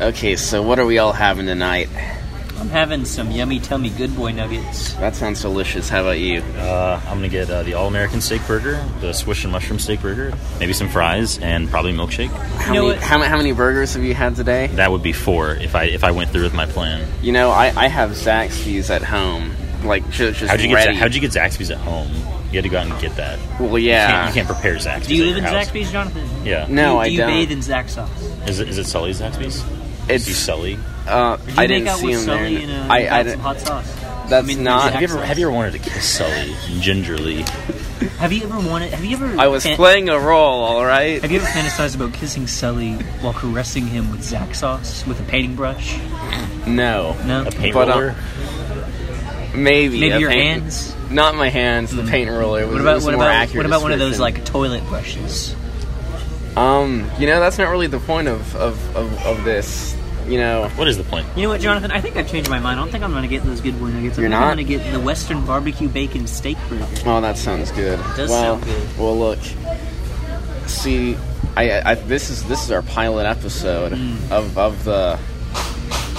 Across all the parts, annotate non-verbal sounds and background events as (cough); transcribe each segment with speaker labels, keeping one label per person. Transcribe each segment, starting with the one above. Speaker 1: Okay, so what are we all having tonight?
Speaker 2: I'm having some yummy tummy good boy nuggets.
Speaker 1: That sounds delicious. How about you?
Speaker 3: Uh, I'm gonna get uh, the All American Steak Burger, the Swiss and Mushroom Steak Burger, maybe some fries, and probably milkshake.
Speaker 1: How
Speaker 2: know
Speaker 1: many
Speaker 2: what?
Speaker 1: how, ma- how many burgers have you had today?
Speaker 3: That would be four if I if I went through with my plan.
Speaker 1: You know, I, I have Zaxby's at home, like ju- just
Speaker 3: How'd you get
Speaker 1: ready.
Speaker 3: Za- How'd you get Zaxby's at home? You had to go out and get that. You
Speaker 1: Well,
Speaker 3: can't-
Speaker 1: yeah.
Speaker 3: You can't, prepare Zaxby's.
Speaker 2: Do you
Speaker 3: at
Speaker 2: live
Speaker 3: your
Speaker 2: in
Speaker 3: house.
Speaker 2: Zaxby's, Jonathan?
Speaker 3: Yeah.
Speaker 1: No,
Speaker 2: do,
Speaker 1: I
Speaker 2: do
Speaker 1: don't.
Speaker 2: you bathe in Zax sauce?
Speaker 3: Is it is it Sully's Zaxby's? Is he
Speaker 1: It's
Speaker 3: Sully?
Speaker 1: uh,
Speaker 2: Did you
Speaker 1: I
Speaker 2: make
Speaker 1: didn't
Speaker 2: out
Speaker 1: see
Speaker 2: with
Speaker 1: him
Speaker 2: Sully
Speaker 1: there.
Speaker 2: and, uh,
Speaker 1: I,
Speaker 2: you
Speaker 1: I
Speaker 2: got some
Speaker 1: didn't-
Speaker 2: hot sauce?
Speaker 1: That's
Speaker 2: I mean,
Speaker 1: not-
Speaker 3: Have
Speaker 2: Zax
Speaker 3: you ever
Speaker 2: sauce.
Speaker 3: Have you ever wanted to kiss Sully gingerly?
Speaker 2: Have you ever wanted? Have you ever?
Speaker 1: I was
Speaker 2: fan-
Speaker 1: playing a role, all right.
Speaker 2: Have you ever fantasized about kissing Sully while caressing him with Zax sauce with a painting brush?
Speaker 1: No,
Speaker 2: No.
Speaker 3: A paint
Speaker 1: But, uh,
Speaker 3: roller?
Speaker 1: maybe
Speaker 2: Maybe
Speaker 1: a
Speaker 2: your
Speaker 1: paint-
Speaker 2: hands.
Speaker 1: Not my hands. The
Speaker 2: Mm.
Speaker 1: paint roller was,
Speaker 2: What about
Speaker 1: was
Speaker 2: what
Speaker 1: more
Speaker 2: about
Speaker 1: accurate
Speaker 2: what about one of those
Speaker 1: description.
Speaker 2: like toilet brushes?
Speaker 1: Um, you know, that's not really the point of of, of, of this. You know,
Speaker 3: What is the point?
Speaker 2: You know what, Jonathan? I think I've changed my mind. I don't think I'm going to get those good boy nuggets. I
Speaker 1: You're
Speaker 2: think
Speaker 1: not?
Speaker 2: I'm going to get the Western barbecue bacon steak burger.
Speaker 1: oh, that sounds good.
Speaker 2: does
Speaker 1: well,
Speaker 2: sound good.
Speaker 1: well, look, see, I, I- I this is this is our pilot episode
Speaker 2: Mm.
Speaker 1: of of the.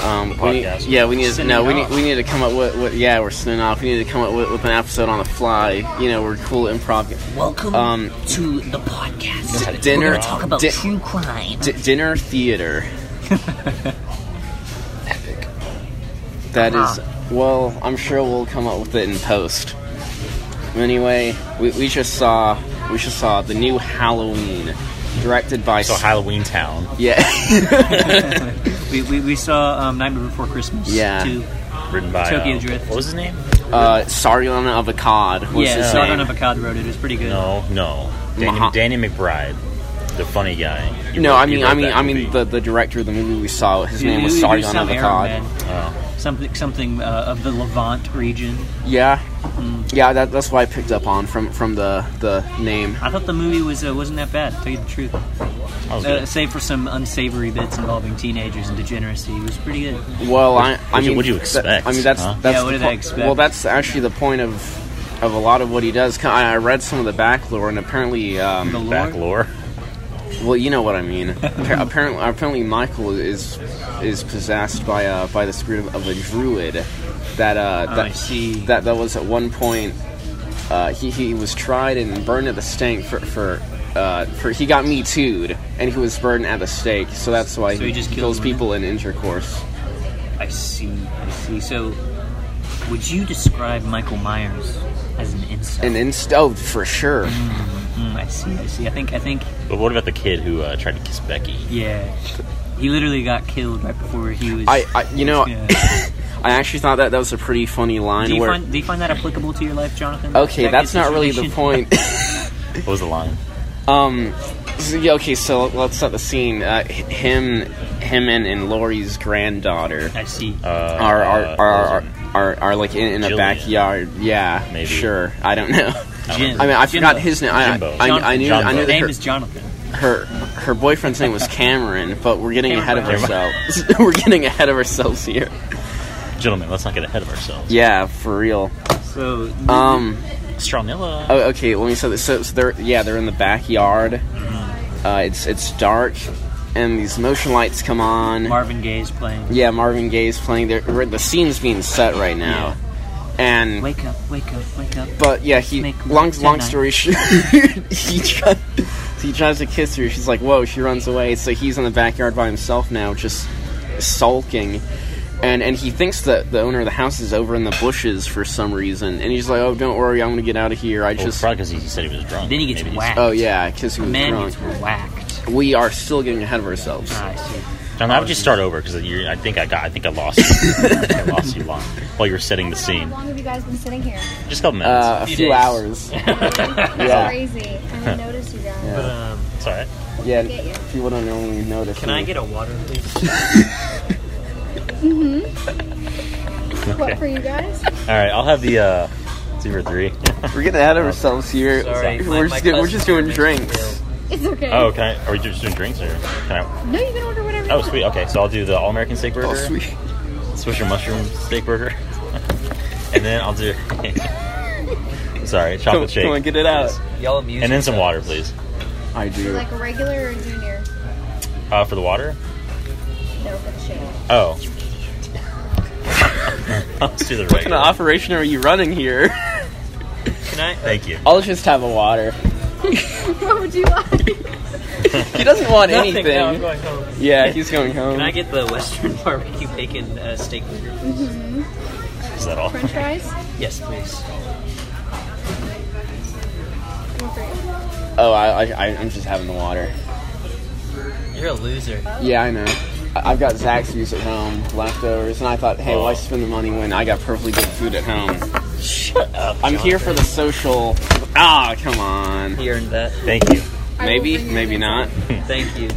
Speaker 1: Um, we need-
Speaker 3: podcast.
Speaker 1: yeah, we need to, no,
Speaker 2: Sending
Speaker 1: we
Speaker 2: it
Speaker 1: need,
Speaker 2: off.
Speaker 1: we need to come up with, with yeah, we're sending off. We need to come up with, with an episode on the fly. You know, we're cool improv.
Speaker 2: Welcome
Speaker 1: Um,
Speaker 2: to the podcast.
Speaker 1: dinner-
Speaker 2: We're gonna talk about
Speaker 1: di-
Speaker 2: true crime.
Speaker 1: D- dinner theater. Epic. That is. Well, I'm sure we'll come up with it in post. Anyway, we, we just saw we just saw the new Halloween, directed by.
Speaker 3: So
Speaker 1: S-
Speaker 3: Halloween Town.
Speaker 1: yeah, (laughs)
Speaker 2: we, we, we saw um, Nightmare Before Christmas.
Speaker 1: Yeah.
Speaker 2: Too.
Speaker 3: written by
Speaker 2: Tokyo
Speaker 3: uh,
Speaker 2: Drift.
Speaker 3: What was his name?
Speaker 1: uh, Sarion Avocad was
Speaker 2: yeah,
Speaker 1: his
Speaker 2: Sargon
Speaker 1: name.
Speaker 2: Avocado wrote it. It was pretty good.
Speaker 3: No, no, Danny,
Speaker 1: Maha-
Speaker 3: Danny McBride, the funny guy. He
Speaker 1: no,
Speaker 3: wrote-
Speaker 1: I
Speaker 3: he
Speaker 1: mean,
Speaker 3: wrote
Speaker 1: I mean,
Speaker 3: that
Speaker 1: I mean
Speaker 3: movie.
Speaker 1: the, the director of the movie we saw. His
Speaker 2: It-
Speaker 1: name was
Speaker 2: it- it
Speaker 1: Sarion
Speaker 2: some Arab
Speaker 1: Avocad.
Speaker 2: man.
Speaker 3: Oh.
Speaker 2: Something, something uh, of the Levant region.
Speaker 1: Yeah,
Speaker 2: Hmm.
Speaker 1: yeah, that, that's what I picked up on from from the the name.
Speaker 2: I thought the movie was uh, wasn't that bad. To tell you the truth,
Speaker 3: That was
Speaker 2: uh,
Speaker 3: good.
Speaker 2: save for some unsavory bits involving teenagers and degeneracy, it was pretty good.
Speaker 1: Well, I, I
Speaker 3: what'd you-
Speaker 1: mean,
Speaker 3: what'd you
Speaker 1: that-
Speaker 3: expect,
Speaker 1: I mean, that's
Speaker 3: huh?
Speaker 1: that's
Speaker 2: Yeah, what
Speaker 1: the
Speaker 2: did I
Speaker 1: po-
Speaker 2: expect?
Speaker 1: Well, that's actually the point of of a lot of what he does. Ki- I I read some of the back lore, and apparently,
Speaker 2: The
Speaker 1: um,
Speaker 2: lore.
Speaker 3: Back lore.
Speaker 1: well, you know what I
Speaker 2: (laughs)
Speaker 1: mean. Appa- apparently, apparently, Michael is is possessed by uh, by the spirit of, of a druid that uh,
Speaker 2: Oh, I
Speaker 1: that
Speaker 2: see.
Speaker 1: that that was at one point. Uh, he, he was tried and burned at the stake for for, uh, for he got me too'd and he was burned at the stake so that's why
Speaker 2: So
Speaker 1: he,
Speaker 2: he just killed
Speaker 1: kills
Speaker 2: women?
Speaker 1: people in intercourse.
Speaker 2: I see. I see. So, would you describe Michael Myers as an incel?
Speaker 1: And inst oh for sure.
Speaker 2: Mm, I see. I see. I think. I think.
Speaker 3: But what about the kid who uh, tried to kiss Becky?
Speaker 2: Yeah. He literally got killed right before he was.
Speaker 1: I, uh, I you know,
Speaker 2: Yeah.
Speaker 1: I actually thought that that was a pretty funny line.
Speaker 2: do you
Speaker 1: where
Speaker 2: find Do you find that applicable to your life, Jonathan?
Speaker 1: okay,
Speaker 2: That
Speaker 1: that's
Speaker 2: good
Speaker 1: not really the
Speaker 2: situation?
Speaker 1: point.
Speaker 3: What was the line?
Speaker 1: um, so, (laughs)
Speaker 2: (laughs)
Speaker 1: yeah, okay, so let's set the scene. Uh, h- him, him, and, and Lori's granddaughter
Speaker 2: I see.
Speaker 3: Uh,
Speaker 1: are are are
Speaker 3: uh, what
Speaker 1: are,
Speaker 3: was it?
Speaker 1: are, are like in, in a
Speaker 3: Jillian.
Speaker 1: backyard. Yeah,
Speaker 3: Maybe.
Speaker 1: sure. I don't
Speaker 3: (laughs)
Speaker 1: know.
Speaker 2: Jim.
Speaker 1: I mean, I forgot
Speaker 2: Jimbo.
Speaker 1: his name. I,
Speaker 3: Jimbo.
Speaker 1: I, I knew I knew
Speaker 2: His
Speaker 3: Jimbo.
Speaker 1: that
Speaker 2: name
Speaker 1: her,
Speaker 2: is Jonathan.
Speaker 1: her her boyfriend's name
Speaker 2: (laughs)
Speaker 1: was Cameron, but we're getting ahead of
Speaker 2: Cameron.
Speaker 1: ourselves. (laughs) we're getting ahead of ourselves here.
Speaker 3: Gentlemen, let's not get ahead of ourselves.
Speaker 1: Yeah, for real.
Speaker 2: So.
Speaker 1: Um.
Speaker 3: Stronilla.
Speaker 1: Oh, okay. Let me say this. So, so they're yeah, they're in the backyard. Uh, it's it's dark, and these motion lights come on.
Speaker 2: Marvin Gaye's playing.
Speaker 1: yeah, Marvin Gaye's playing. There, the scene's being set right now, and
Speaker 2: Wake up! Wake up! Wake up!
Speaker 1: but yeah, he
Speaker 2: Make
Speaker 1: long
Speaker 2: love
Speaker 1: long
Speaker 2: tonight.
Speaker 1: story short, (laughs) he tries he tries to kiss her. She's like, "Whoa!" She runs away. So he's in the backyard by himself now, just sulking, and and he thinks that the owner of the house is over in the bushes for some reason. And he's like, "Oh, don't worry, I'm gonna get out of here. I
Speaker 3: Well,
Speaker 1: just."
Speaker 3: probably because he said he was drunk.
Speaker 2: Then he gets
Speaker 3: Maybe he's-
Speaker 2: whacked.
Speaker 1: Oh yeah, because he was
Speaker 2: Man
Speaker 1: drunk.
Speaker 2: gets whacked.
Speaker 1: We are still getting ahead of ourselves.
Speaker 2: Ah, I see.
Speaker 3: John, I would just start over because I think I got. I think I lost. you. I think I lost you long while you were setting the scene.
Speaker 4: How long have you guys been sitting here?
Speaker 3: Just a couple minutes.
Speaker 1: Uh, a
Speaker 2: Few
Speaker 1: few
Speaker 2: days. (laughs)
Speaker 1: hours.
Speaker 4: It's
Speaker 1: yeah,
Speaker 4: crazy. I
Speaker 3: (laughs)
Speaker 4: didn't notice you guys.
Speaker 1: Yeah.
Speaker 2: Um,
Speaker 3: it's all right.
Speaker 1: yeah. People don't normally notice.
Speaker 2: can I get a water, please?
Speaker 4: What for you guys? (laughs)
Speaker 3: All right. I'll have the uh, two or three.
Speaker 1: We're getting ahead of ourselves here.
Speaker 2: Sorry, my-
Speaker 1: we're
Speaker 2: my
Speaker 1: just get, we're
Speaker 2: cousin
Speaker 1: just doing
Speaker 2: makes me
Speaker 1: drinks.
Speaker 2: ill.
Speaker 4: It's okay.
Speaker 3: oh, can I? Are we just doing drinks or can I?
Speaker 4: No, you can order whatever. you
Speaker 3: Oh,
Speaker 4: want.
Speaker 3: sweet. Okay, so I'll do the All American Steak Burger.
Speaker 1: Oh sweet.
Speaker 3: Swisher mushroom steak burger. (laughs) and then I'll do. (laughs) Sorry,
Speaker 1: (laughs) Come,
Speaker 3: chocolate shake.
Speaker 1: come on, get it out.
Speaker 2: Y'all amuse
Speaker 3: and then some
Speaker 2: yourselves.
Speaker 3: water, please.
Speaker 1: I do.
Speaker 4: Like a regular or junior?
Speaker 3: Uh, for the water,
Speaker 4: No.
Speaker 3: (laughs) Oh. Let's do the
Speaker 1: What kind of
Speaker 3: right.
Speaker 1: operation are you running here? (laughs)
Speaker 2: Can I? uh,
Speaker 3: Thank you.
Speaker 1: I'll just have a water.
Speaker 4: what would you like?
Speaker 3: (laughs)
Speaker 1: He doesn't want
Speaker 2: (laughs) Nothing,
Speaker 1: anything.
Speaker 2: No, I'm going home.
Speaker 1: Yeah, he's going home.
Speaker 2: Can I get the Western (laughs) barbecue bacon uh, steak burger?
Speaker 3: Is that all?
Speaker 4: French fries?
Speaker 2: Yes, please.
Speaker 4: What for you?
Speaker 1: oh, I, I, I'm just having the water.
Speaker 2: You're a loser.
Speaker 1: Yeah, I know. I- I've got Zaxby's at home, leftovers, and I thought, hey,
Speaker 2: Oh.
Speaker 1: why spend the money when I got perfectly good food at home?
Speaker 2: Shut
Speaker 3: Oh.
Speaker 2: up.
Speaker 1: I'm here for the social. Ah, come on.
Speaker 2: He earned that.
Speaker 3: Thank you.
Speaker 4: I will
Speaker 1: Maybe,
Speaker 4: bring you
Speaker 1: maybe
Speaker 4: the-
Speaker 1: not.
Speaker 3: Hmm.
Speaker 2: Thank you.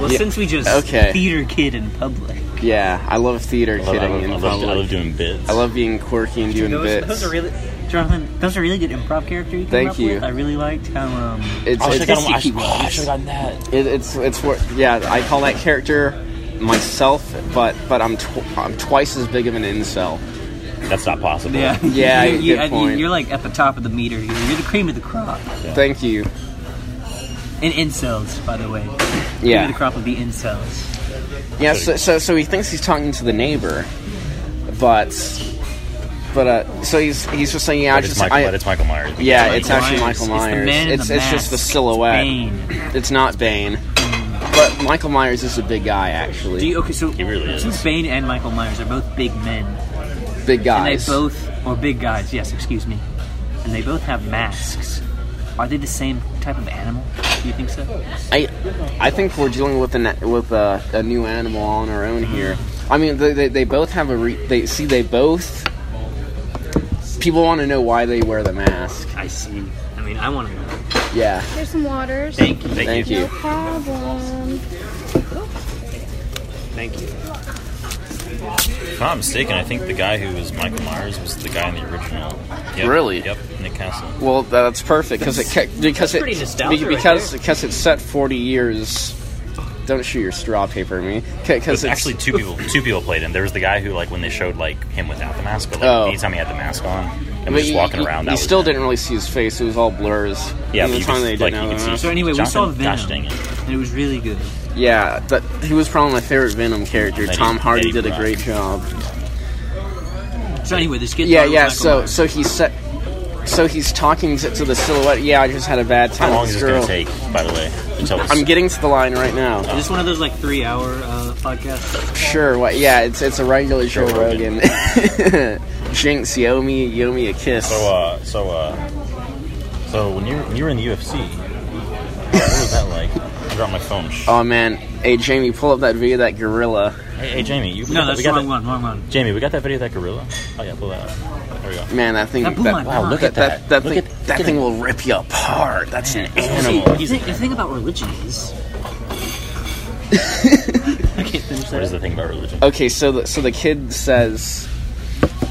Speaker 2: Well,
Speaker 1: Yeah,
Speaker 2: since we just
Speaker 1: okay.
Speaker 2: theater kid in public,
Speaker 1: Yeah, I love theater
Speaker 3: I love, I
Speaker 1: kidding
Speaker 3: love,
Speaker 1: in
Speaker 3: I love-
Speaker 1: public.
Speaker 3: I love doing bids.
Speaker 1: I love being quirky and doing
Speaker 2: those,
Speaker 1: bits.
Speaker 2: those are really, Jonathan. Those are really good improv character. You came
Speaker 1: Thank
Speaker 2: up
Speaker 1: you.
Speaker 2: With. I really liked how. Um,
Speaker 1: it's,
Speaker 3: I
Speaker 1: it's,
Speaker 3: should have gotten, I should-
Speaker 1: it's-
Speaker 3: oh, I should've gotten that.
Speaker 1: It, it's it's wor- yeah. I call that character myself, but but I'm tw- I'm twice as big of an incel.
Speaker 3: That's not possible.
Speaker 2: yeah,
Speaker 1: Yeah,
Speaker 2: (laughs) you, you,
Speaker 1: good
Speaker 2: I- you-
Speaker 1: point.
Speaker 2: You're like at the top of the meter. You're, you're the cream of the crop.
Speaker 1: Thank you.
Speaker 2: And incels, by the way. Cream of the
Speaker 1: Yeah,
Speaker 2: crop would be incels.
Speaker 1: yeah. So, so so he thinks he's talking to the neighbor, but but uh. So he's he's just saying, yeah, I
Speaker 3: But it's,
Speaker 1: just
Speaker 3: Michael,
Speaker 1: I,
Speaker 3: but it's Michael Myers.
Speaker 1: yeah. It's
Speaker 2: Michael
Speaker 1: actually
Speaker 2: Myers.
Speaker 1: Michael
Speaker 2: It's the
Speaker 1: Myers.
Speaker 2: man in
Speaker 1: It's
Speaker 2: the
Speaker 1: it's just the
Speaker 2: mask.
Speaker 1: silhouette.
Speaker 2: Bane.
Speaker 1: It's not Bane, but Michael Myers is a big guy actually.
Speaker 2: Do you, okay, so
Speaker 3: He really is.
Speaker 2: since Bane and Michael Myers are both big men,
Speaker 1: big
Speaker 2: And they
Speaker 1: guys.
Speaker 2: both, or big guys, yes, excuse me. And they both have masks. Are they the same type of animal? Do you think so?
Speaker 1: I, I think we're dealing with an with a, a new animal on our own here. I mean, they, they, they both have a re, they see they both. People want to know why they wear the mask.
Speaker 2: I see. I mean, I want to know.
Speaker 1: Yeah,
Speaker 4: Here's some waters.
Speaker 2: Thank you.
Speaker 3: Thank,
Speaker 1: thank
Speaker 3: you.
Speaker 1: you.
Speaker 4: No problem.
Speaker 2: Thank you.
Speaker 3: If I'm not mistaken, I think the guy who was Michael Myers was the guy in the original. Yep.
Speaker 1: Really?
Speaker 3: Yep. Nick Castle.
Speaker 1: Well, that's perfect because it ca- because
Speaker 2: pretty
Speaker 1: it
Speaker 2: nostalgia
Speaker 1: be-
Speaker 2: right
Speaker 1: because
Speaker 2: there.
Speaker 1: because it's set forty years. Don't shoot your straw paper at me because
Speaker 3: But actually, two people two people played him. There was the guy who, like, when they showed like him without the mask, but like,
Speaker 1: Oh.
Speaker 3: anytime he had the mask on and was just walking
Speaker 1: you,
Speaker 3: around,
Speaker 1: You
Speaker 3: that was
Speaker 1: still
Speaker 3: him.
Speaker 1: didn't really see his face; it was all blurs.
Speaker 3: Yeah,
Speaker 1: Even
Speaker 3: but
Speaker 1: the
Speaker 3: you
Speaker 1: time
Speaker 3: could-
Speaker 1: they didn't
Speaker 3: like,
Speaker 1: know
Speaker 3: you could
Speaker 1: the
Speaker 3: see-
Speaker 1: mask.
Speaker 2: So anyway, we
Speaker 3: Jonathan,
Speaker 2: saw Venom,
Speaker 3: gosh dang it.
Speaker 2: and it was really good.
Speaker 1: Yeah, that he was probably my favorite Venom character.
Speaker 3: Eddie-
Speaker 1: Tom Hardy
Speaker 3: Eddie
Speaker 1: did a
Speaker 3: Brock.
Speaker 1: great job.
Speaker 2: So anyway, this kid.
Speaker 1: Yeah,
Speaker 2: thought it was
Speaker 1: yeah.
Speaker 2: Michael
Speaker 1: So,
Speaker 2: Myers.
Speaker 1: so he set. So he's talking to, to the silhouette. Yeah, I just had a bad time.
Speaker 3: How long
Speaker 1: with
Speaker 3: is this
Speaker 1: this girl.
Speaker 3: gonna take? By the way, until it's,
Speaker 1: I'm getting to the line right now.
Speaker 2: Is this one of those like three-hour uh, podcasts?
Speaker 1: Sure. What? Yeah, it's it's a regular Joe Rogan. (laughs) Jinx, you owe me, you owe me a kiss.
Speaker 3: So, uh, so, uh, so when you when you were in the UFC, what was that like? I dropped my phone. Shh.
Speaker 1: oh man, hey Jamie, pull up that video of that gorilla.
Speaker 3: hey, hey, Jamie, you. we
Speaker 2: No,
Speaker 3: got-
Speaker 2: that's
Speaker 3: we
Speaker 2: the
Speaker 3: got
Speaker 2: wrong
Speaker 3: that,
Speaker 2: one. Wrong one.
Speaker 3: Jamie, we got that video of that gorilla. Oh yeah, pull that. Out. There we go.
Speaker 1: Man, that thing.
Speaker 2: That blew my
Speaker 3: Wow, look at
Speaker 1: that,
Speaker 3: that.
Speaker 1: that
Speaker 3: Look
Speaker 1: thing,
Speaker 3: at-
Speaker 1: that
Speaker 3: look at
Speaker 1: thing
Speaker 3: it.
Speaker 1: will rip you apart. That's an animal.
Speaker 2: See, the, thing, the thing about religion
Speaker 1: (laughs)
Speaker 2: is. I can't finish
Speaker 3: What
Speaker 2: that.
Speaker 3: is the thing about religion?
Speaker 1: Okay, so the, so the kid says,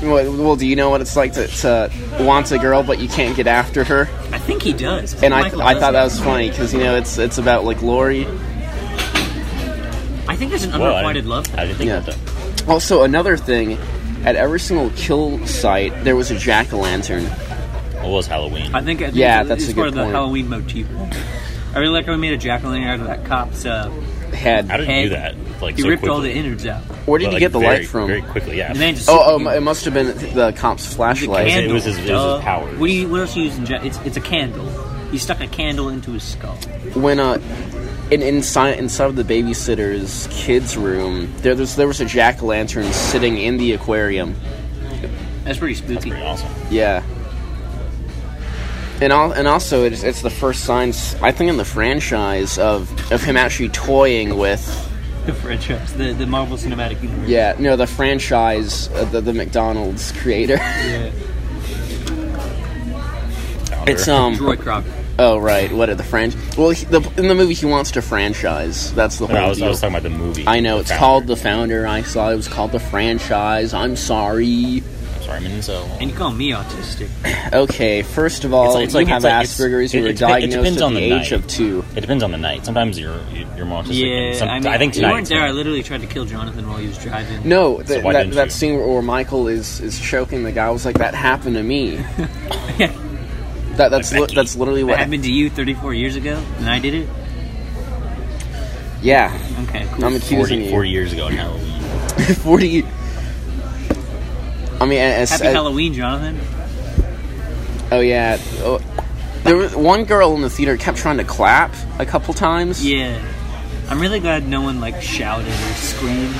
Speaker 1: well, well, do you know what it's like to, to want a girl but you can't get after her?"
Speaker 2: I think he does.
Speaker 1: And I,
Speaker 2: Michael
Speaker 1: I
Speaker 2: does
Speaker 1: thought that was funny because you know it's it's about like Lori.
Speaker 2: I think there's an
Speaker 3: Whoa, I
Speaker 2: unrequited
Speaker 3: didn't-
Speaker 2: love.
Speaker 3: I didn't think
Speaker 1: Yeah.
Speaker 3: about that.
Speaker 1: Also, another thing, at every single kill site there was a jack o' lantern.
Speaker 3: Well, it was Halloween.
Speaker 2: I think, I think
Speaker 1: Yeah,
Speaker 2: it's,
Speaker 1: that's
Speaker 2: it's
Speaker 1: a
Speaker 2: part
Speaker 1: good
Speaker 2: of the
Speaker 1: point.
Speaker 2: Halloween motif. I really like how we made a jack o' lantern out of that cop's. Uh,
Speaker 3: How
Speaker 1: Had
Speaker 3: did you do
Speaker 2: head.
Speaker 3: that? Like
Speaker 2: he
Speaker 3: so
Speaker 2: ripped
Speaker 3: quickly.
Speaker 2: all the innards out.
Speaker 1: where did
Speaker 3: Well,
Speaker 1: you
Speaker 3: like,
Speaker 1: get the
Speaker 3: very,
Speaker 1: light from?
Speaker 3: Very quickly, yeah.
Speaker 2: And then just
Speaker 1: Oh, oh, it must have been the cop's flashlight.
Speaker 3: It was his- it was his
Speaker 2: duh.
Speaker 3: powers.
Speaker 2: What do you? What else you use in jack? It's it's a candle. He stuck a candle into his skull.
Speaker 1: When uh, in, inside inside of the babysitter's kids' room, there was there was a jack o' lantern sitting in the aquarium.
Speaker 2: That's pretty (laughs) spooky.
Speaker 3: Pretty awesome.
Speaker 1: Yeah. And all, and also it's it's the first signs I think in the franchise of of him actually toying with
Speaker 2: The franchise, the the Marvel Cinematic Universe.
Speaker 1: yeah no the franchise of the, the McDonald's creator. (laughs)
Speaker 2: Yeah.
Speaker 3: Founder.
Speaker 1: it's um
Speaker 2: Roy Crocker.
Speaker 1: oh right what are the franch well he, the, in the movie he wants to franchise that's the whole
Speaker 3: No, I was,
Speaker 1: deal.
Speaker 3: I was talking about the movie.
Speaker 1: I know
Speaker 3: The
Speaker 1: it's
Speaker 3: founder.
Speaker 1: called the founder. I saw it was called the franchise. I'm sorry.
Speaker 3: I'm sorry, I mean, so.
Speaker 2: And you call me autistic?
Speaker 1: Okay, first of all,
Speaker 3: It's like- it's like-
Speaker 1: you have
Speaker 3: it's like- it's-
Speaker 1: Asperger's. You
Speaker 3: it-
Speaker 1: were
Speaker 3: it depe- it
Speaker 1: diagnosed
Speaker 3: depends
Speaker 1: at
Speaker 3: on
Speaker 1: the,
Speaker 3: the
Speaker 1: age
Speaker 3: night.
Speaker 1: of two.
Speaker 3: It depends on the night. Sometimes you're you're more autistic.
Speaker 2: Yeah,
Speaker 3: and some,
Speaker 2: I mean,
Speaker 3: think
Speaker 2: you
Speaker 3: tonight
Speaker 2: weren't
Speaker 3: it's
Speaker 2: there.
Speaker 3: not.
Speaker 2: I literally tried to kill Jonathan while he was driving.
Speaker 1: No, th-
Speaker 3: why
Speaker 1: that,
Speaker 3: didn't
Speaker 1: that
Speaker 3: you?
Speaker 1: scene where Michael is is choking the guy I was like, "That happened to
Speaker 2: (laughs)
Speaker 1: me." that that's li-
Speaker 3: Becky.
Speaker 1: that's literally
Speaker 2: That
Speaker 1: what.
Speaker 2: happened to you 34 years ago, and I did it.
Speaker 1: Yeah,
Speaker 2: Okay, cool.
Speaker 1: I'm accusing (laughs)
Speaker 3: 40,
Speaker 1: you.
Speaker 3: 40 years ago on Halloween.
Speaker 1: 40. I mean, as,
Speaker 2: Happy
Speaker 1: as-
Speaker 2: Halloween, Jonathan.
Speaker 1: oh yeah, oh, there was one girl in the theater kept trying to clap a couple times.
Speaker 2: Yeah. I'm really glad no one like shouted or screamed.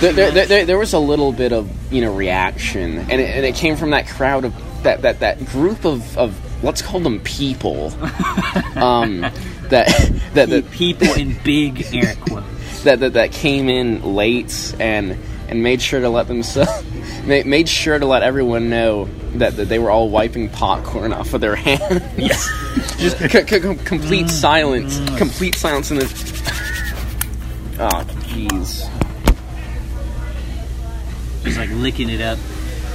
Speaker 1: there, there, there- there, there was a little bit of you know reaction, and it, and it came from that crowd of that that, that group of, of let's call them people,
Speaker 2: (laughs)
Speaker 1: um, that (laughs) that
Speaker 2: The
Speaker 1: that,
Speaker 2: people
Speaker 3: (laughs)
Speaker 2: in big air quotes.
Speaker 1: that that that came in late and and made sure to let themselves (laughs) ma- made sure to let everyone know that, that they were all wiping popcorn off of their (laughs) hands. Yes, Mm. just c- c- com- complete silence, complete silence in this. Oh, jeez.
Speaker 2: Just like licking it up,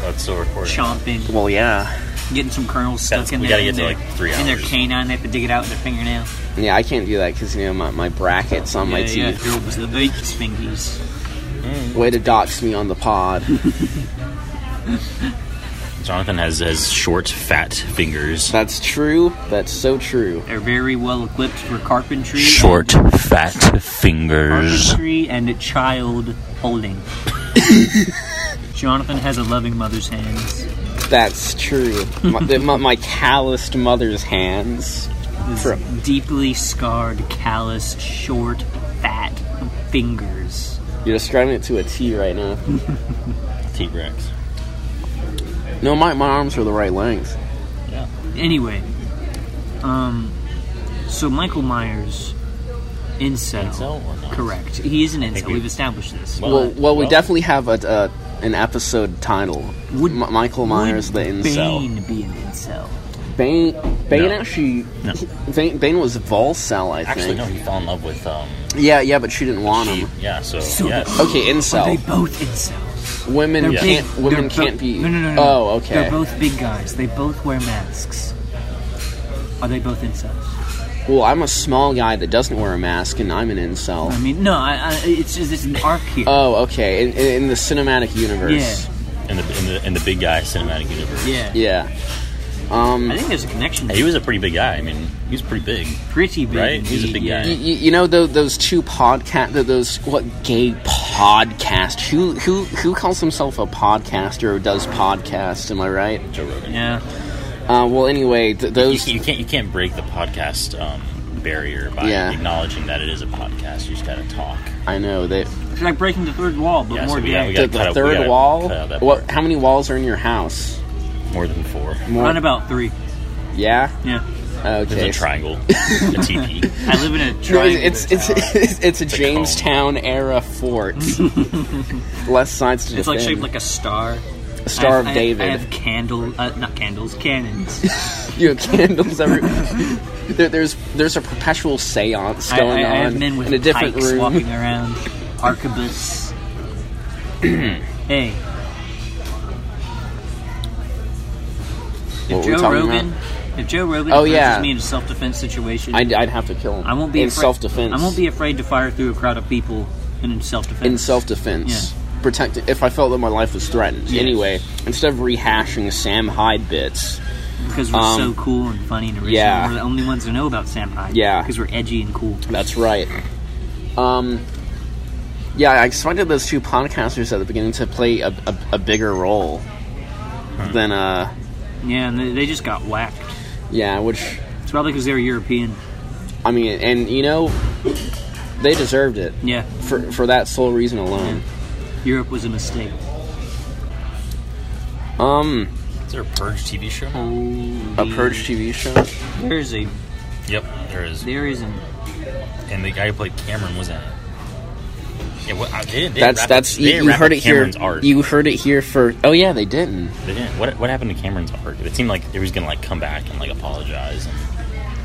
Speaker 3: Oh, it's still recording.
Speaker 2: chomping,
Speaker 1: Well, yeah.
Speaker 2: getting some kernels stuck
Speaker 3: That's-
Speaker 2: in
Speaker 3: we
Speaker 2: there.
Speaker 3: gotta get
Speaker 2: in
Speaker 3: to,
Speaker 2: their-
Speaker 3: like, three
Speaker 2: In their
Speaker 3: hours.
Speaker 2: canine, they have to dig it out with their fingernail.
Speaker 1: Yeah, I can't do that because you know my, my brackets on my
Speaker 2: yeah, yeah,
Speaker 1: teeth.
Speaker 2: it was the biggest fingies.
Speaker 1: Way to dox me on the pod.
Speaker 3: Jonathan has, has short, fat fingers.
Speaker 1: That's true. That's so true.
Speaker 2: They're very well equipped for carpentry.
Speaker 3: Short, fat fingers.
Speaker 2: Carpentry and child
Speaker 1: (laughs)
Speaker 2: holding. Jonathan has a loving mother's hands.
Speaker 1: That's true. My, (laughs) the- my, my calloused mother's hands.
Speaker 2: His
Speaker 1: From-
Speaker 2: deeply scarred, calloused, short, fat fingers.
Speaker 1: You're describing it to a T right now.
Speaker 3: T Rex.
Speaker 1: No, my, my arms are the right length.
Speaker 3: Yeah.
Speaker 2: Anyway, um, so Michael Myers, incel.
Speaker 3: Incel or not?
Speaker 2: Correct. He is an incel.
Speaker 3: we-
Speaker 2: We've established this.
Speaker 3: Well,
Speaker 1: Well, well, we
Speaker 3: well.
Speaker 1: definitely have a, a an episode title.
Speaker 2: Would-
Speaker 1: M- Michael Myers the
Speaker 2: Would
Speaker 1: incel.
Speaker 2: Bane be an incel.
Speaker 1: Bane, Bane,
Speaker 3: No.
Speaker 1: actually,
Speaker 3: No.
Speaker 1: Bane, Bane was Volcel, I
Speaker 3: Actually,
Speaker 1: think.
Speaker 3: no, he fell in love with, um,
Speaker 1: Yeah, yeah, but she didn't want
Speaker 3: she-
Speaker 1: him.
Speaker 3: yeah, so,
Speaker 2: So-
Speaker 3: yes.
Speaker 1: Okay, incel.
Speaker 2: Are they both incels?
Speaker 1: Women
Speaker 2: They're
Speaker 1: can't.
Speaker 2: big-
Speaker 1: Women
Speaker 2: they're bo-
Speaker 1: can't be.
Speaker 2: No, no, no, no.
Speaker 1: Oh,
Speaker 2: They're
Speaker 1: okay.
Speaker 2: both big guys. They both wear masks. Are they both incels?
Speaker 1: well, I'm a small guy that doesn't wear a mask, and I'm an
Speaker 3: Oh.
Speaker 1: incel.
Speaker 2: I mean, no. I, I, it's just it's an arc here.
Speaker 1: Oh, okay. In, in, in the cinematic universe.
Speaker 3: In the, in the in the big guy cinematic universe.
Speaker 2: yeah.
Speaker 1: Yeah.
Speaker 2: I
Speaker 1: Um.
Speaker 2: think there's a connection.
Speaker 3: He was a pretty big guy. I mean, he was pretty big.
Speaker 2: pretty big.
Speaker 3: Right? He's a big
Speaker 2: indeed,
Speaker 3: guy.
Speaker 2: yeah.
Speaker 1: You, you know those, those two podcast those what gay podcast who who who calls himself a podcaster or does podcasts am I right?
Speaker 3: Joe Rogan.
Speaker 2: Yeah.
Speaker 1: Uh, well anyway th-
Speaker 3: You,
Speaker 1: those
Speaker 3: (laughs) can't- you can't you can't break the podcast um, barrier by
Speaker 1: Yeah.
Speaker 3: acknowledging that it is a podcast. You just gotta talk.
Speaker 1: I know that
Speaker 2: It's like breaking the third wall, but
Speaker 3: Yeah, so
Speaker 2: more
Speaker 3: we got-
Speaker 2: gay.
Speaker 3: we got-
Speaker 1: the,
Speaker 3: gotta cut
Speaker 1: the
Speaker 3: out-
Speaker 1: third
Speaker 3: gotta
Speaker 1: wall.
Speaker 3: cut out that
Speaker 1: What
Speaker 3: part.
Speaker 1: how many walls are in your house?
Speaker 3: More than four.
Speaker 1: More.
Speaker 2: Run about three.
Speaker 1: Yeah. (laughs)
Speaker 2: Yeah.
Speaker 1: Okay.
Speaker 3: There's a triangle, a teepee.
Speaker 2: I live in
Speaker 1: (laughs)
Speaker 2: a
Speaker 1: No,
Speaker 2: triangle.
Speaker 1: it's it's,
Speaker 2: town.
Speaker 1: it's, it's, a
Speaker 3: a
Speaker 1: Jamestown era fort.
Speaker 3: (laughs)
Speaker 1: Less sides to
Speaker 2: It's like
Speaker 1: defend.
Speaker 2: shaped like a star.
Speaker 1: a Star
Speaker 2: I
Speaker 1: of
Speaker 2: have- I have-
Speaker 1: David.
Speaker 2: I have candle, uh, not candles, cannons.
Speaker 1: (laughs) You have candles everywhere. (laughs) there, there's there's a perpetual seance
Speaker 2: I,
Speaker 1: going
Speaker 2: I, I
Speaker 1: on
Speaker 2: have men with
Speaker 1: in a different
Speaker 2: pikes
Speaker 1: room.
Speaker 2: walking around,
Speaker 1: (clears throat)
Speaker 2: arquebuses. hey.
Speaker 1: What
Speaker 2: If
Speaker 1: were we
Speaker 2: Joe
Speaker 1: talking
Speaker 2: Rogan, if Joe Rogan
Speaker 1: Oh,
Speaker 2: approaches
Speaker 1: yeah.
Speaker 2: me in a self-defense situation,
Speaker 1: I'd, I'd have to kill him.
Speaker 2: I won't be
Speaker 1: in
Speaker 2: afraid-
Speaker 1: self defense.
Speaker 2: I won't be afraid to fire through a crowd of people and in self-defense.
Speaker 1: in self defense. Protect if I felt that my life was threatened.
Speaker 2: Yes.
Speaker 1: Anyway, instead of rehashing Sam Hyde bits,
Speaker 2: because we're
Speaker 1: um,
Speaker 2: so cool and funny and original.
Speaker 1: yeah.
Speaker 2: We're the only ones who know about Sam Hyde.
Speaker 1: Yeah.
Speaker 2: because we're edgy and cool.
Speaker 1: that's right. Um, yeah, I expected those two podcasters at the beginning to play a, a, a bigger role than uh,
Speaker 2: Yeah, and they, they just got whacked.
Speaker 1: yeah, which
Speaker 2: It's probably because they were European.
Speaker 1: I mean, and you know, they deserved it
Speaker 2: Yeah,
Speaker 1: for for that sole reason alone.
Speaker 2: Europe was a mistake.
Speaker 1: Um,
Speaker 3: Is there a Purge TV show?
Speaker 1: a
Speaker 2: Holy-
Speaker 1: Purge TV show.
Speaker 2: There is a
Speaker 3: Yep, there is.
Speaker 2: there is an
Speaker 3: And the guy who played Cameron was in it. Yeah, well, I- they didn't- they didn't
Speaker 1: That's
Speaker 3: wrap
Speaker 1: that's
Speaker 3: up, they
Speaker 1: you,
Speaker 3: didn't
Speaker 1: you
Speaker 3: wrap
Speaker 1: heard
Speaker 3: up
Speaker 1: it
Speaker 3: Cameron's
Speaker 1: here.
Speaker 3: Art. Mm.
Speaker 1: You heard it here for. Oh yeah, they didn't.
Speaker 3: They didn't. What, what happened to Cameron's art? It seemed like he was gonna like come back and like apologize, and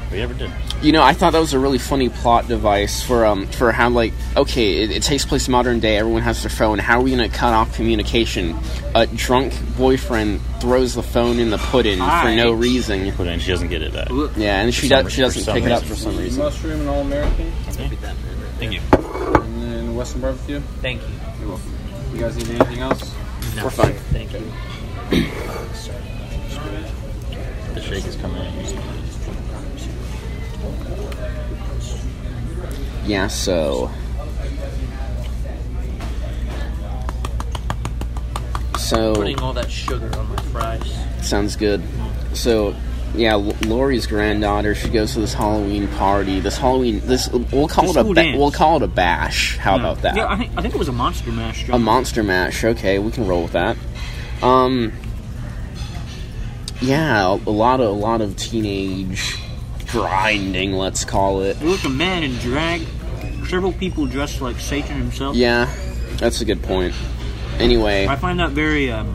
Speaker 3: but he never did.
Speaker 1: You know, I thought that was a really funny plot device for um for how like okay, it, it takes place modern day. Everyone has their phone. How are we gonna cut off communication? A drunk boyfriend throws the phone in the pudding for
Speaker 2: Hi.
Speaker 1: no reason.
Speaker 3: But then she doesn't get it back.
Speaker 1: Yeah, and she does
Speaker 3: some re-
Speaker 1: she
Speaker 3: for
Speaker 1: doesn't
Speaker 3: some
Speaker 1: pick it up
Speaker 3: reason.
Speaker 1: for some reason.
Speaker 5: Mushroom and all American,
Speaker 3: Thank you.
Speaker 5: and then Western barbecue.
Speaker 2: Thank you.
Speaker 5: You're welcome. You guys need anything else?
Speaker 2: No,
Speaker 1: We're fine.
Speaker 2: sir. Thank you.
Speaker 3: (coughs) The shake is coming. in.
Speaker 1: Yeah, so So
Speaker 6: Putting all that sugar on my fries.
Speaker 1: Sounds good. So, yeah, L- Lori's granddaughter. She goes to this Halloween party. This Halloween. This we'll call
Speaker 2: The
Speaker 1: it a
Speaker 2: school
Speaker 1: ba-
Speaker 2: dance.
Speaker 1: we'll call it a bash. How about that?
Speaker 2: Yeah, I think I think it was a monster mash.
Speaker 1: a
Speaker 2: John.
Speaker 1: monster mash. Okay, we can roll with that. Um, yeah, a, a lot of a lot of teenage grinding. Let's call it.
Speaker 2: There was a man in drag. Several people dressed like Satan himself.
Speaker 1: Yeah, that's a good point. Anyway,
Speaker 2: I find that very um.